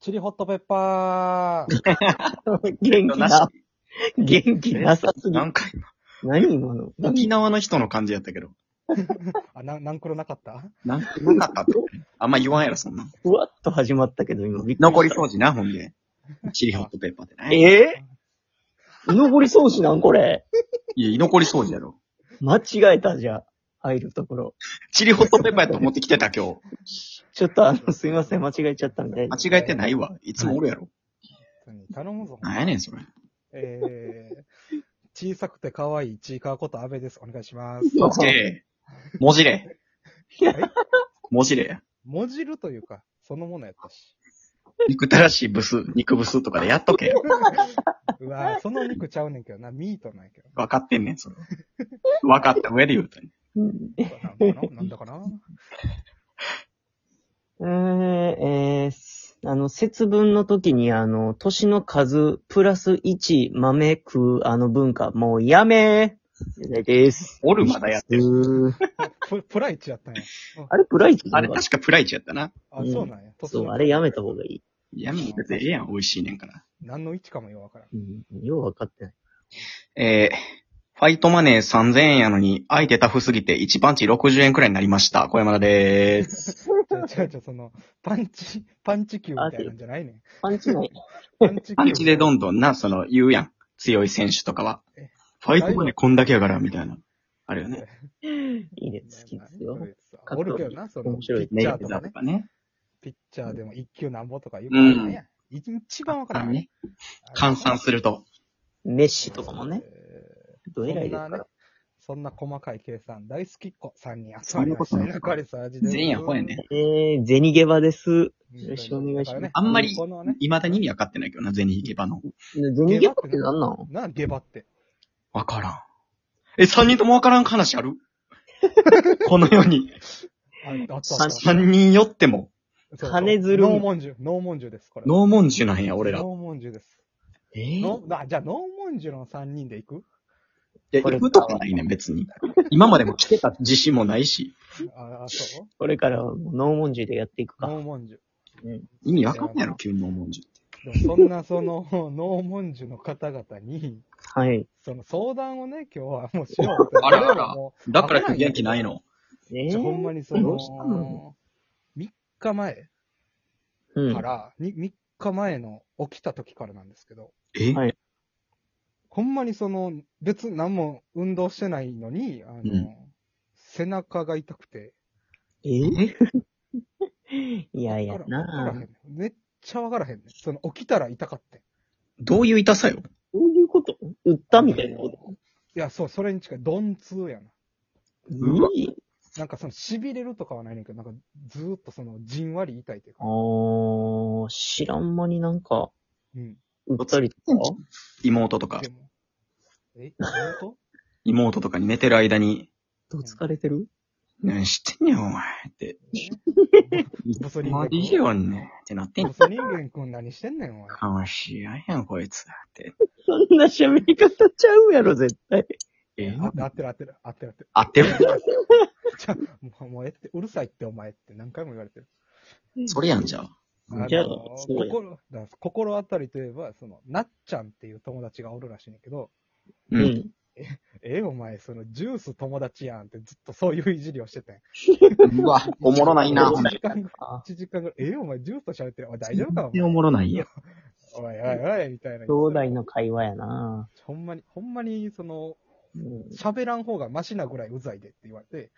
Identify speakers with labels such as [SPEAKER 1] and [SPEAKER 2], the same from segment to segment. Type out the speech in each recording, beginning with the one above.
[SPEAKER 1] チリホットペッパー。
[SPEAKER 2] 元気
[SPEAKER 3] なし
[SPEAKER 2] な、元気なさすぎ。
[SPEAKER 3] なんか今、
[SPEAKER 2] 何今の
[SPEAKER 3] 沖
[SPEAKER 2] 何
[SPEAKER 3] 縄の人の感じやったけど。
[SPEAKER 1] あ、な、なんくろなかった
[SPEAKER 3] なんかよかったって。あんま言わんやろ、そんな。
[SPEAKER 2] ふわっと始まったけど、今びっくりした。
[SPEAKER 3] 残り掃除な、ほんで。チリホットペーパーってね。
[SPEAKER 2] えぇ、居残り掃除なんこれ。
[SPEAKER 3] いや、居残り掃除やろ。
[SPEAKER 2] 間違えたじゃん。入るところ。
[SPEAKER 3] チリホットペーパーやと思ってきてた、今
[SPEAKER 2] ちょっとあの、すいません、間違えちゃったみたいな。
[SPEAKER 3] 日。間違えてないわ。いつもおるやろ。
[SPEAKER 1] 頼むぞ。
[SPEAKER 3] なんやねん、それ。
[SPEAKER 1] えー、小さくて可愛いちいかわこと阿部です。お願いします。
[SPEAKER 3] もじれ。もじれ。もじれや。
[SPEAKER 1] もじるというか、そのものやったし。
[SPEAKER 3] 憎たらしいブス、肉ブスとかでやっとけよ。
[SPEAKER 1] う わーその肉ちゃうねんけどな、ミートなんやけど。
[SPEAKER 3] 分かってんねん、それ。分かった上で言うたね。
[SPEAKER 2] うん
[SPEAKER 1] なんだかななんだかな
[SPEAKER 2] えー、えーすあの、節分の時に、あの、年の数、プラス1、豆食う、あの文化、もうやめー。了解です。
[SPEAKER 3] おるまだやってる。
[SPEAKER 2] る。
[SPEAKER 1] ププライチやったんや。
[SPEAKER 2] あれ、プライチじゃな
[SPEAKER 3] あれ
[SPEAKER 2] かった
[SPEAKER 3] 確かプライチやったな。
[SPEAKER 1] あ、
[SPEAKER 2] うん
[SPEAKER 1] そうなんや。突
[SPEAKER 2] そう、
[SPEAKER 1] 然
[SPEAKER 2] あれやめた方がいい。
[SPEAKER 3] いや、もう別にええやん、美味しいねんから。
[SPEAKER 1] 何の位置かもようわからん。
[SPEAKER 2] うん、よう分かってない。
[SPEAKER 3] えー、ファイトマネー3000円やのに、相手タフすぎて1パンチ60円くらいになりました。小山田でーす。
[SPEAKER 1] 違う違う違う、その、パンチ、パンチ球みたいなんじゃないねん。
[SPEAKER 2] パンチ ない。
[SPEAKER 1] パンチ球。
[SPEAKER 3] パンチでど
[SPEAKER 1] ん。
[SPEAKER 3] んどんな、その、言うやん。強い選手とかは
[SPEAKER 1] え。
[SPEAKER 3] ファイトマネーこんだけやから、みたいな。あるよね。
[SPEAKER 2] いいね、好きです
[SPEAKER 1] そ
[SPEAKER 2] よ
[SPEAKER 1] う。ですおるけどな、その、
[SPEAKER 2] 面
[SPEAKER 1] ピ
[SPEAKER 2] 白い
[SPEAKER 1] ッ
[SPEAKER 3] メ
[SPEAKER 1] チ
[SPEAKER 3] イ
[SPEAKER 1] ャー
[SPEAKER 3] ク
[SPEAKER 1] とか
[SPEAKER 3] だと
[SPEAKER 1] ね。
[SPEAKER 3] かね。
[SPEAKER 1] ピッチャーでも一級なんぼとか言うからね。一番わからん。
[SPEAKER 3] ね。換算すると。
[SPEAKER 2] メッシとかもね、ど
[SPEAKER 1] えー。
[SPEAKER 2] え
[SPEAKER 1] そ
[SPEAKER 2] らい
[SPEAKER 1] ん
[SPEAKER 2] です
[SPEAKER 1] な
[SPEAKER 2] か
[SPEAKER 1] ね
[SPEAKER 2] ら。、
[SPEAKER 1] そんな細かい計算、大好きっ子3人集
[SPEAKER 3] そ
[SPEAKER 1] まり
[SPEAKER 3] んな
[SPEAKER 1] ま
[SPEAKER 3] こ
[SPEAKER 1] した
[SPEAKER 3] とない
[SPEAKER 1] ね。カリス味で。
[SPEAKER 3] 全員やほやね。
[SPEAKER 2] えー、ゼニゲバです。
[SPEAKER 1] うん。
[SPEAKER 2] よろしくお願いし
[SPEAKER 1] だから
[SPEAKER 2] ます
[SPEAKER 1] ね
[SPEAKER 3] あんまり
[SPEAKER 1] このね、
[SPEAKER 3] 未だに意味わかってないけどな、ゼニヒゲバの。
[SPEAKER 2] ゼニゲバって何なん
[SPEAKER 1] な、下馬って。
[SPEAKER 3] わからん。え、3人ともわからん話ある この世に。
[SPEAKER 1] ああったあった
[SPEAKER 2] 三
[SPEAKER 3] 3人寄っても、
[SPEAKER 1] そう
[SPEAKER 2] 金づる
[SPEAKER 1] ノーモンジュ、ノーモンジュです、これ。
[SPEAKER 3] ノーモンジュなんや、俺ら。
[SPEAKER 1] ノーモンジュです。
[SPEAKER 2] え
[SPEAKER 1] ノーあじゃあ、ノーモンジュの3人で行く
[SPEAKER 3] いや、
[SPEAKER 2] これ
[SPEAKER 3] 行くとかないねん、別に。今までも来てた自信もないし、
[SPEAKER 1] ああ、そう
[SPEAKER 2] これからはもうノーモンジュでやっていくか。
[SPEAKER 1] ノーモンジュ。
[SPEAKER 3] 意味わかんないやろ、急に思うんじ
[SPEAKER 1] でもそんな、その、 ノーモンジュの方々に、
[SPEAKER 2] はい。
[SPEAKER 1] その相談をね、今日はもうしようと。
[SPEAKER 3] あらあら
[SPEAKER 1] も
[SPEAKER 3] ゃ。だから今日元気ないの。
[SPEAKER 1] う
[SPEAKER 2] えー、
[SPEAKER 1] ほんまにそ
[SPEAKER 2] どうしたの
[SPEAKER 1] の、3日前
[SPEAKER 2] うん
[SPEAKER 1] か。ら、に3日前の起きた時からなんですけど、
[SPEAKER 3] え
[SPEAKER 2] はい
[SPEAKER 1] ほんまにその、別に何も運動してないのに、あの、
[SPEAKER 3] うん
[SPEAKER 1] 背中が痛くて、
[SPEAKER 2] えー、いやいや
[SPEAKER 1] わからんわからへん
[SPEAKER 2] な
[SPEAKER 1] ねんめっちゃわからへんねん。その、起きたら痛かってん。
[SPEAKER 3] どういう痛さよ。
[SPEAKER 2] どういうこと売ったみたいなこと
[SPEAKER 1] いや、そう、それに近い、鈍痛やな。
[SPEAKER 3] うわ
[SPEAKER 2] いい
[SPEAKER 1] なんかその、痺れるとかはないねんけど、なんか、ずーっとその、じんわり痛いという
[SPEAKER 2] あ
[SPEAKER 1] か。
[SPEAKER 2] ー、知らん間になんか、
[SPEAKER 1] うん。
[SPEAKER 2] 売ったりとか
[SPEAKER 3] 妹とか
[SPEAKER 1] で、も、え、本
[SPEAKER 3] 妹とかに寝てる間に、
[SPEAKER 2] どつかれてる
[SPEAKER 3] 何してんねん、お前って。
[SPEAKER 1] 当ボソ人
[SPEAKER 3] マ
[SPEAKER 1] 間
[SPEAKER 3] ジ
[SPEAKER 1] 君。
[SPEAKER 3] よんね。ってなってん
[SPEAKER 1] ボ。ソ人間君何してんねん、お前。
[SPEAKER 3] かましややん、こいつ。って。
[SPEAKER 2] そんな喋り方ちゃうやろ、絶対。
[SPEAKER 3] え
[SPEAKER 1] あ合ってる合ってる合ってる合ってる。
[SPEAKER 3] あってる。
[SPEAKER 1] じゃあもう、もうええって、うるさいってお前って何回も言われてる。
[SPEAKER 3] それやんじゃあ。
[SPEAKER 1] あの
[SPEAKER 2] じゃあそうや
[SPEAKER 1] 心、だから心当たりといえば、その、なっちゃんっていう友達がおるらしいねんだけど、
[SPEAKER 3] う。
[SPEAKER 2] うんん。
[SPEAKER 1] え、お前、その、ジュース友達やんってずっとそういういじりをしててん。
[SPEAKER 3] うわ、おもろないな、ほん
[SPEAKER 1] 1
[SPEAKER 3] で。
[SPEAKER 1] 時間ぐら
[SPEAKER 2] あ
[SPEAKER 1] い、1時間ぐらい、え、お前、ジュースと喋ってる。お前大丈夫かお
[SPEAKER 3] 全然お
[SPEAKER 1] 前
[SPEAKER 3] もろないや。
[SPEAKER 1] おいおいおい、みたいな。
[SPEAKER 2] 兄弟の会話やな
[SPEAKER 1] ほんまに、ほんまに、その、
[SPEAKER 2] うん
[SPEAKER 1] 喋らん方がマシなぐらいうざいでって言われ て、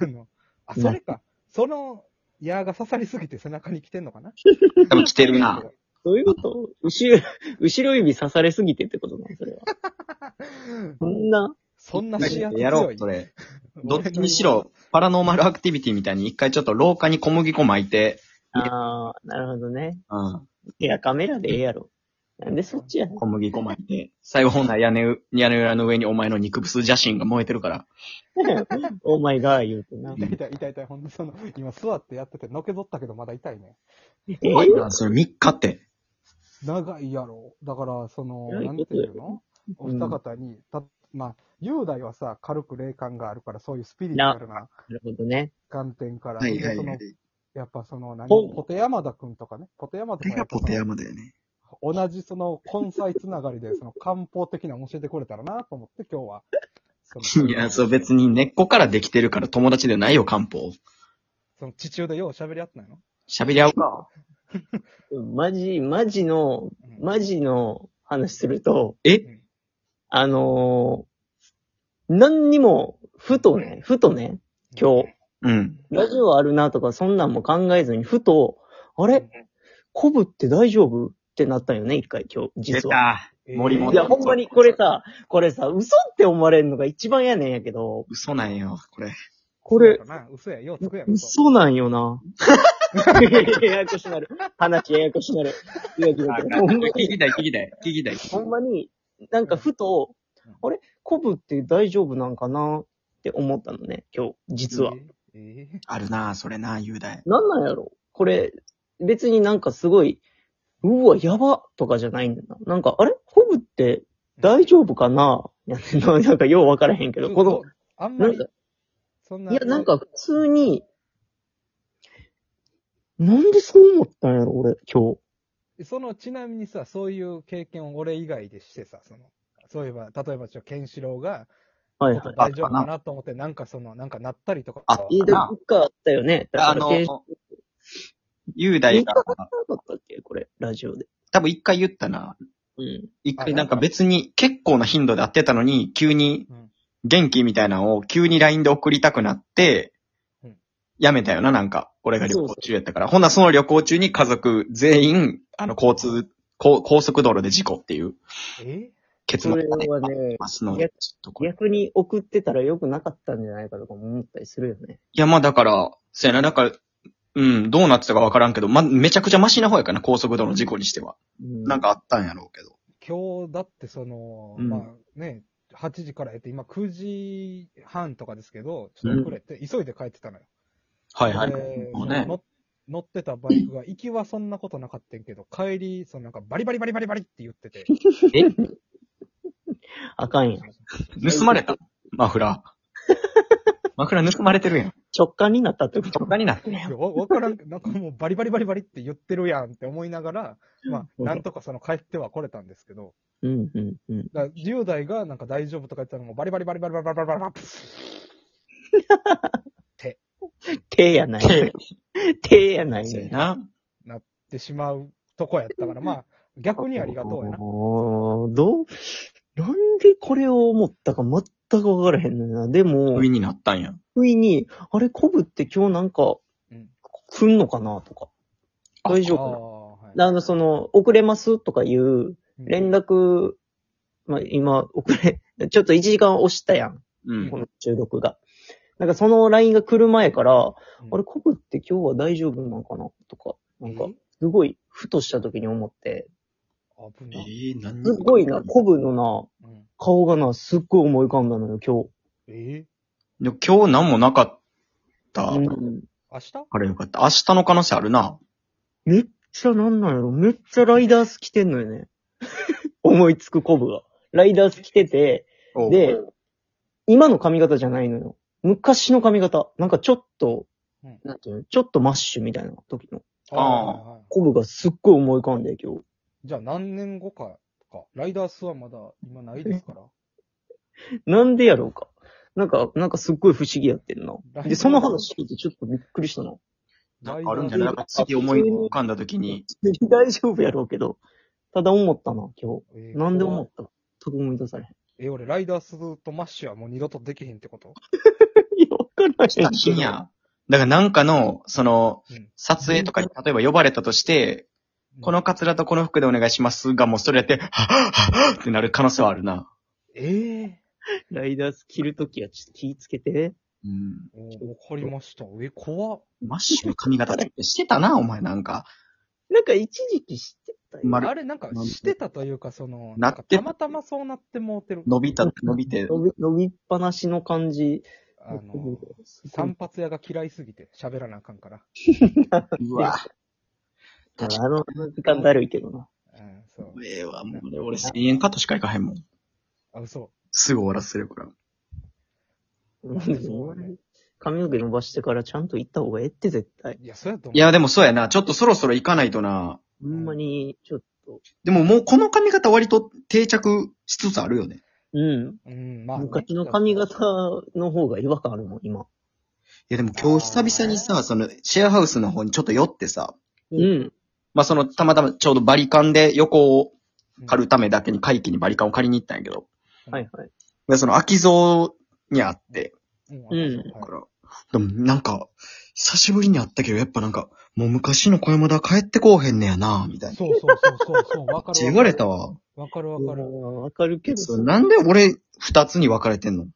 [SPEAKER 1] あの、あ、それか。その、矢が刺さりすぎて背中に来てんのかな
[SPEAKER 3] 多分来てるな。
[SPEAKER 2] どういうこと後ろ、後ろ指刺されすぎてってことなのそれは。そんな、
[SPEAKER 1] そんな視野強い。
[SPEAKER 3] やろう、それ。どっちにしろ、パラノーマルアクティビティみたいに一回ちょっと廊下に小麦粉巻いて、
[SPEAKER 2] ああ、なるほどね。
[SPEAKER 3] うん。
[SPEAKER 2] いや、カメラでええやろ。なんでそっちやね ん
[SPEAKER 3] 小麦粉巻いて、最後ほな屋根う、屋根裏の上にお前の肉薄写真が燃えてるから。
[SPEAKER 2] お前が言うてな。
[SPEAKER 1] 痛い痛い痛い痛い、ほんとその、今座ってやってて、のけぞったけどまだ痛いね。
[SPEAKER 3] 怖いな、それ3日って。
[SPEAKER 1] 長いやろ。だから、その、
[SPEAKER 2] 長い
[SPEAKER 1] なん
[SPEAKER 2] こ
[SPEAKER 1] て
[SPEAKER 2] とや
[SPEAKER 1] い
[SPEAKER 2] ろ
[SPEAKER 1] うのお二方に、た、まあ、雄大はさ、軽く霊感があるから、そういうスピリチュアルな
[SPEAKER 2] なるほどね。
[SPEAKER 1] 観点から、でその、やっぱその何、
[SPEAKER 2] ほん
[SPEAKER 1] ポテ山田くんとかね、ポテ山田く
[SPEAKER 3] 手
[SPEAKER 1] んはや
[SPEAKER 3] が
[SPEAKER 1] っぱ
[SPEAKER 3] ポ
[SPEAKER 1] その
[SPEAKER 3] テ山だよね。
[SPEAKER 1] 同じその根菜つながりで、その漢方的なの教えてくれたらなと思って今日は。その
[SPEAKER 3] いや、そう別に根っこからできてるから友達でないよ、漢方。
[SPEAKER 1] その地中でよう喋り合ってないの
[SPEAKER 3] 喋り合うか。
[SPEAKER 2] マジ、マジの、
[SPEAKER 1] うん
[SPEAKER 2] マジの話すると、
[SPEAKER 3] え
[SPEAKER 1] うん
[SPEAKER 2] あのー何にも、ふとね、ふとね、今日、
[SPEAKER 3] うん。
[SPEAKER 2] ラジオあるなとか、そんなんも考えずに、ふと、あ
[SPEAKER 1] う
[SPEAKER 2] れ
[SPEAKER 1] ん
[SPEAKER 2] コブって大丈夫ってなったんよね、一回今日、
[SPEAKER 3] 出
[SPEAKER 2] 実は。
[SPEAKER 3] た。
[SPEAKER 1] えー
[SPEAKER 3] 森本
[SPEAKER 2] いや、ほんまにこれさ、これさ、嘘って思われるのが一番やねんやけど、
[SPEAKER 3] 嘘なんよ、これ。
[SPEAKER 2] これ
[SPEAKER 1] そう、だな。嘘や、ようつくやろ。嘘
[SPEAKER 2] 嘘なんよな。ややこしなる。話ややこしなる。いやいやいやほんま
[SPEAKER 3] 聞
[SPEAKER 2] に
[SPEAKER 3] きたい、聞きたい、聞きたい。
[SPEAKER 2] ほんまに、なんかふと
[SPEAKER 1] うん、
[SPEAKER 2] あれコブって大丈夫なんかなって思ったのね、今日、実は。。
[SPEAKER 1] えーえー
[SPEAKER 3] あるなそれな雄大。
[SPEAKER 2] なんなんやろこれ、別になんかすごい、うわ、やばとかじゃないんだな。なんか、あれコブって大丈夫かなや ってんななんかようわからへんけど、この、、
[SPEAKER 1] あんま
[SPEAKER 2] なん
[SPEAKER 1] り
[SPEAKER 2] か、、
[SPEAKER 1] そんな。
[SPEAKER 2] いや、なんか普通に、なんでそう思ったんやろ俺、今日。
[SPEAKER 1] その、ちなみにさ、そういう経験を俺以外でしてさ、その、そういえば、例えば、ちょ、ケンシロウが、
[SPEAKER 2] はい
[SPEAKER 1] ちょっ
[SPEAKER 2] は
[SPEAKER 1] と
[SPEAKER 2] い。
[SPEAKER 1] 大丈夫かなと思って、なんかその、なんかなったりとか。
[SPEAKER 3] あった
[SPEAKER 2] いい
[SPEAKER 3] な
[SPEAKER 2] どっかあったよね。だ
[SPEAKER 3] あ
[SPEAKER 2] から、
[SPEAKER 3] の
[SPEAKER 2] 検、
[SPEAKER 3] 雄大が、
[SPEAKER 2] なかったっけこれ、ラジオで。
[SPEAKER 3] 多分一回言ったな。
[SPEAKER 2] うん。
[SPEAKER 3] 一回なんか別に結構な頻度で会ってたのに、急に
[SPEAKER 1] うん
[SPEAKER 3] 元気みたいなのを急に LINE で送りたくなって
[SPEAKER 1] うん、
[SPEAKER 3] やめたよな、なんか。俺が旅
[SPEAKER 2] そう
[SPEAKER 3] 行
[SPEAKER 2] そう
[SPEAKER 3] 中やったから。ほんならその旅行中に家族全員、あの、交通、高高速道路で事故っていう
[SPEAKER 1] え
[SPEAKER 3] 結
[SPEAKER 2] そ
[SPEAKER 3] 末
[SPEAKER 2] れ
[SPEAKER 3] がね、
[SPEAKER 2] は
[SPEAKER 3] あり
[SPEAKER 2] ね、
[SPEAKER 3] ますの
[SPEAKER 2] いや
[SPEAKER 3] で。ちょっとこれ
[SPEAKER 2] 逆に送ってたら良くなかったんじゃないかとかも思ったりするよね。
[SPEAKER 3] いや、まあだから、そうやな、だから、うん、どうなってたかわからんけど、ま、めちゃくちゃマシな方やかな、高速道路の事故にしては。
[SPEAKER 2] うん。
[SPEAKER 3] なんかあったんやろうけど。
[SPEAKER 1] 今日だってその、
[SPEAKER 3] うん
[SPEAKER 1] まあね、8時からやって、今9時半とかですけど、ちょっと遅れて、急いで帰ってたのよ。
[SPEAKER 3] はいはい。
[SPEAKER 1] で
[SPEAKER 3] もうね
[SPEAKER 1] その乗乗ってたバイクが、行きはそんなことなかったんけど、帰り、そのなんかバリバリバリバリバリって言ってて。
[SPEAKER 2] あかんやん。
[SPEAKER 3] 盗まれたマフ ラー。マフラー盗まれてるやん。
[SPEAKER 2] 直感になったってこと
[SPEAKER 3] 直感になってるやん。
[SPEAKER 1] いやわわからん、なんかもうバリバリバリバリって言ってるやんって思いながら、まあ、
[SPEAKER 2] うん
[SPEAKER 1] なんとかその帰っては来れたんですけど、
[SPEAKER 2] うんうんうん。
[SPEAKER 1] だから10代がなんか大丈夫とか言ってたのもバリバリバリバリバリバリバリバリバリ
[SPEAKER 2] 手やない。 手やない
[SPEAKER 3] そうや
[SPEAKER 2] ね。
[SPEAKER 3] な。
[SPEAKER 1] ってしまうとこやったから、まあ、逆にありがとうやな。
[SPEAKER 2] おー どう、なんでこれを思ったか全くわからへんのよな。でも
[SPEAKER 3] 不、意になったんや。
[SPEAKER 2] 不意に、あれ、コブって今日なんか
[SPEAKER 1] うん、
[SPEAKER 2] 来んのかなとか。
[SPEAKER 3] あ
[SPEAKER 2] 大丈
[SPEAKER 1] あ
[SPEAKER 2] 夫
[SPEAKER 1] ー
[SPEAKER 2] なあの、その、遅れますとかいう
[SPEAKER 1] はい
[SPEAKER 2] 連絡、まあ、今、遅れ、 ちょっと1時間押したやん。
[SPEAKER 3] うん。
[SPEAKER 2] この収録が。なんかその LINE が来る前から、
[SPEAKER 1] うん
[SPEAKER 2] あれ、コブって今日は大丈夫なのかなとか、なんか
[SPEAKER 1] え、
[SPEAKER 2] すごい、ふとした時に思って、
[SPEAKER 1] 危
[SPEAKER 3] え
[SPEAKER 1] ない。
[SPEAKER 3] ー、何
[SPEAKER 2] すごいな、コブのな、
[SPEAKER 1] うん
[SPEAKER 2] 顔がな、すっごい思い浮かんだのよ、今日。
[SPEAKER 1] え
[SPEAKER 3] でも今日何もなかった。
[SPEAKER 2] うん
[SPEAKER 1] 明日
[SPEAKER 3] あれよかった。明日の可能性あるな。
[SPEAKER 2] めっちゃなんなんやろめっちゃライダース着てんのよね。 思いつくコブが。ライダース着てて、で、今の髪型じゃないのよ。昔の髪型。なんかちょっと、
[SPEAKER 1] うん
[SPEAKER 2] なんていうのちょっとマッシュみたいな時の。
[SPEAKER 3] あ
[SPEAKER 1] ーはいはい
[SPEAKER 2] コブがすっごい思い浮かんで、今日。
[SPEAKER 1] じゃあ何年後かとか、ライダースはまだ今ないですから。
[SPEAKER 2] なんでやろうか。なんか、なんかすっごい不思議やってんな。で、その話聞いてちょっとびっくりしたな。
[SPEAKER 3] なんかあるんじゃ
[SPEAKER 2] な
[SPEAKER 3] ないいなんか次思い浮かんだ時に、
[SPEAKER 2] 大丈夫やろうけど。ただ思ったな、今
[SPEAKER 1] え
[SPEAKER 2] 日。なんで思
[SPEAKER 1] も
[SPEAKER 2] った全く思い出されへん。
[SPEAKER 1] え、俺、ライダースとマッシュはもう二度とできへんってこと
[SPEAKER 2] いや、わかんないけど。
[SPEAKER 3] 深夜。だからなんかの、その
[SPEAKER 1] うん、
[SPEAKER 3] 撮影とかに例えば呼ばれたとして、この、カツラとこの服でお願いしますが、もうそれやって、はっはっはっってなる可能性はあるな。
[SPEAKER 1] ええ
[SPEAKER 2] ライダース着るときはちょっと気ぃつけて。
[SPEAKER 3] うん。
[SPEAKER 1] ー、わかりました。え、怖っ。
[SPEAKER 3] マッシュの髪型ってしてたな、お前なんか。
[SPEAKER 2] なんか一時期知ってたよ。
[SPEAKER 3] まある
[SPEAKER 1] あれ、なんか、してたというか、その、な
[SPEAKER 3] なっ
[SPEAKER 1] んか
[SPEAKER 3] て
[SPEAKER 1] たまたまそうなってもうてる。
[SPEAKER 3] 伸びた、伸びて。
[SPEAKER 2] 伸び、伸びっぱなしの感じ。
[SPEAKER 1] あ の、散髪屋が嫌いすぎて喋らなあかんから。
[SPEAKER 3] うわ。
[SPEAKER 2] だからあの、あの時間だるいけどな。
[SPEAKER 1] うん、そう。
[SPEAKER 3] ええわ、もう俺、俺1000円カットしかいかへんもん。
[SPEAKER 1] あ、嘘。
[SPEAKER 3] すぐ終わらせるから。
[SPEAKER 1] そうね
[SPEAKER 2] 髪の毛伸ばしてからちゃんと行った方がええって絶対。
[SPEAKER 1] いや、そうやと思う。
[SPEAKER 3] いや、でもそうやな。ちょっとそろそろ行かないとな。
[SPEAKER 2] ほんまに、ちょっと。
[SPEAKER 3] でももうこの髪型割と定着しつつあるよね。
[SPEAKER 2] うん。
[SPEAKER 1] うん、まあね、
[SPEAKER 2] 昔の髪型の方が違和感あるもん、今。
[SPEAKER 3] いや、でも今日久々にさ、その、シェアハウスの方にちょっと寄ってさ、
[SPEAKER 2] う
[SPEAKER 1] うん
[SPEAKER 2] ん。
[SPEAKER 3] まあその、たまたまちょうどバリカンで横を借
[SPEAKER 1] 軽
[SPEAKER 3] るためだけに会期にバリカンを借りに行ったんやけど、
[SPEAKER 2] はいはい。
[SPEAKER 3] でその空き蔵にあって、
[SPEAKER 1] うん。
[SPEAKER 2] うん
[SPEAKER 3] だから、でもなんか、久しぶりに会ったけど、やっぱなんか、もう昔の小山田帰ってこうへんねやな、みたいな。
[SPEAKER 1] そうそうそうそうそう、わか
[SPEAKER 3] め
[SPEAKER 1] る。
[SPEAKER 3] っちゃ言われた。わ。
[SPEAKER 1] わかるわ
[SPEAKER 2] わ
[SPEAKER 1] か
[SPEAKER 2] か
[SPEAKER 1] る。
[SPEAKER 2] る。わかるけど。
[SPEAKER 3] そうなんで俺、二つに分かれてんの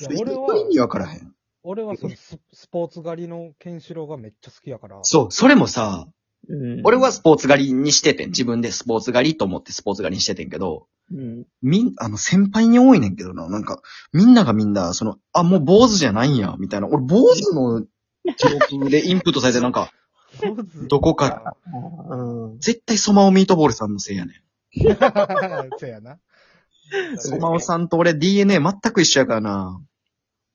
[SPEAKER 1] や俺は
[SPEAKER 3] 意味分からへん。
[SPEAKER 1] 俺はそのススポーツ狩りのケンシロウがめっちゃ好きやから。
[SPEAKER 3] そう、それもさ、
[SPEAKER 2] うん。
[SPEAKER 3] 俺はスポーツ狩りにしててん。自分でスポーツ狩りと思ってスポーツ狩りにしててんけど、
[SPEAKER 2] うん。
[SPEAKER 3] みん、あの、先輩に多いねんけどな。なんか、みんながみんな、その、あ、もう坊主じゃないんや、みたいな。俺、坊主の記憶でインプットされて、なんか、
[SPEAKER 1] 坊主
[SPEAKER 3] ど こか。
[SPEAKER 2] あうん。
[SPEAKER 3] 絶対ソマオミートボールさんのせいやねん。
[SPEAKER 1] そうやな。
[SPEAKER 3] ソマオさんと俺 DNA 全く一緒やからな。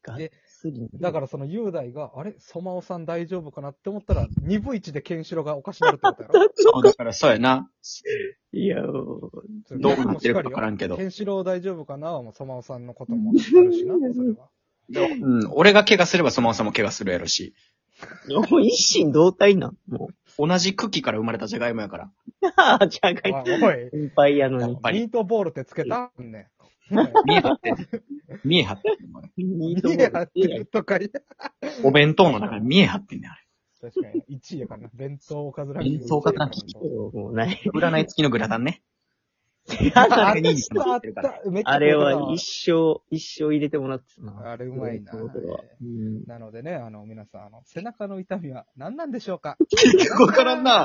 [SPEAKER 2] がっ
[SPEAKER 1] で
[SPEAKER 2] つりね。
[SPEAKER 1] だからその雄大が、あれソマオさん大丈夫かなって思ったら、二分一でケンシロウがおかしなるってことやろ
[SPEAKER 3] そう、だからそうやな。
[SPEAKER 2] いや、
[SPEAKER 3] どうなってるか分からんけど
[SPEAKER 1] ケンシロウ大丈夫かなはもうソマオさんのこともあるしな、それは。
[SPEAKER 3] うん、俺が怪我すればソマオさんも怪我するやろし。
[SPEAKER 2] もう一心同体なん。も
[SPEAKER 3] 同じ茎から生まれたジャガイモやから。
[SPEAKER 2] う。はぁ、じゃが い
[SPEAKER 1] お
[SPEAKER 2] も。
[SPEAKER 1] い、
[SPEAKER 2] 先輩やの
[SPEAKER 1] お
[SPEAKER 2] に
[SPEAKER 1] い。
[SPEAKER 3] ぱり
[SPEAKER 1] ミートボールってつけたんね。
[SPEAKER 3] 見え張ってる。見え張ってる。お前
[SPEAKER 2] ミ
[SPEAKER 1] 見
[SPEAKER 2] ートボ
[SPEAKER 1] え張
[SPEAKER 2] ー
[SPEAKER 1] っ
[SPEAKER 2] ル
[SPEAKER 1] てるとか言え。
[SPEAKER 3] お弁当の中に見え張ってんねん、あ
[SPEAKER 1] 確かに、1位やからな。弁当おかずランキング。
[SPEAKER 3] 弁当おかずランキン
[SPEAKER 2] いやもう ない。
[SPEAKER 3] れ。占い付きのグラタンね。
[SPEAKER 1] あっ
[SPEAKER 3] あ
[SPEAKER 1] た、あ
[SPEAKER 3] れ
[SPEAKER 1] った。めっちゃ
[SPEAKER 2] あれは
[SPEAKER 1] 一
[SPEAKER 2] 一生、一生入れてもらってたな。
[SPEAKER 1] あれうまいな
[SPEAKER 2] そううことはうん
[SPEAKER 1] なのでね、あの、皆さん、あの、背中の痛みは何なんでしょうか
[SPEAKER 3] 結局わからんな。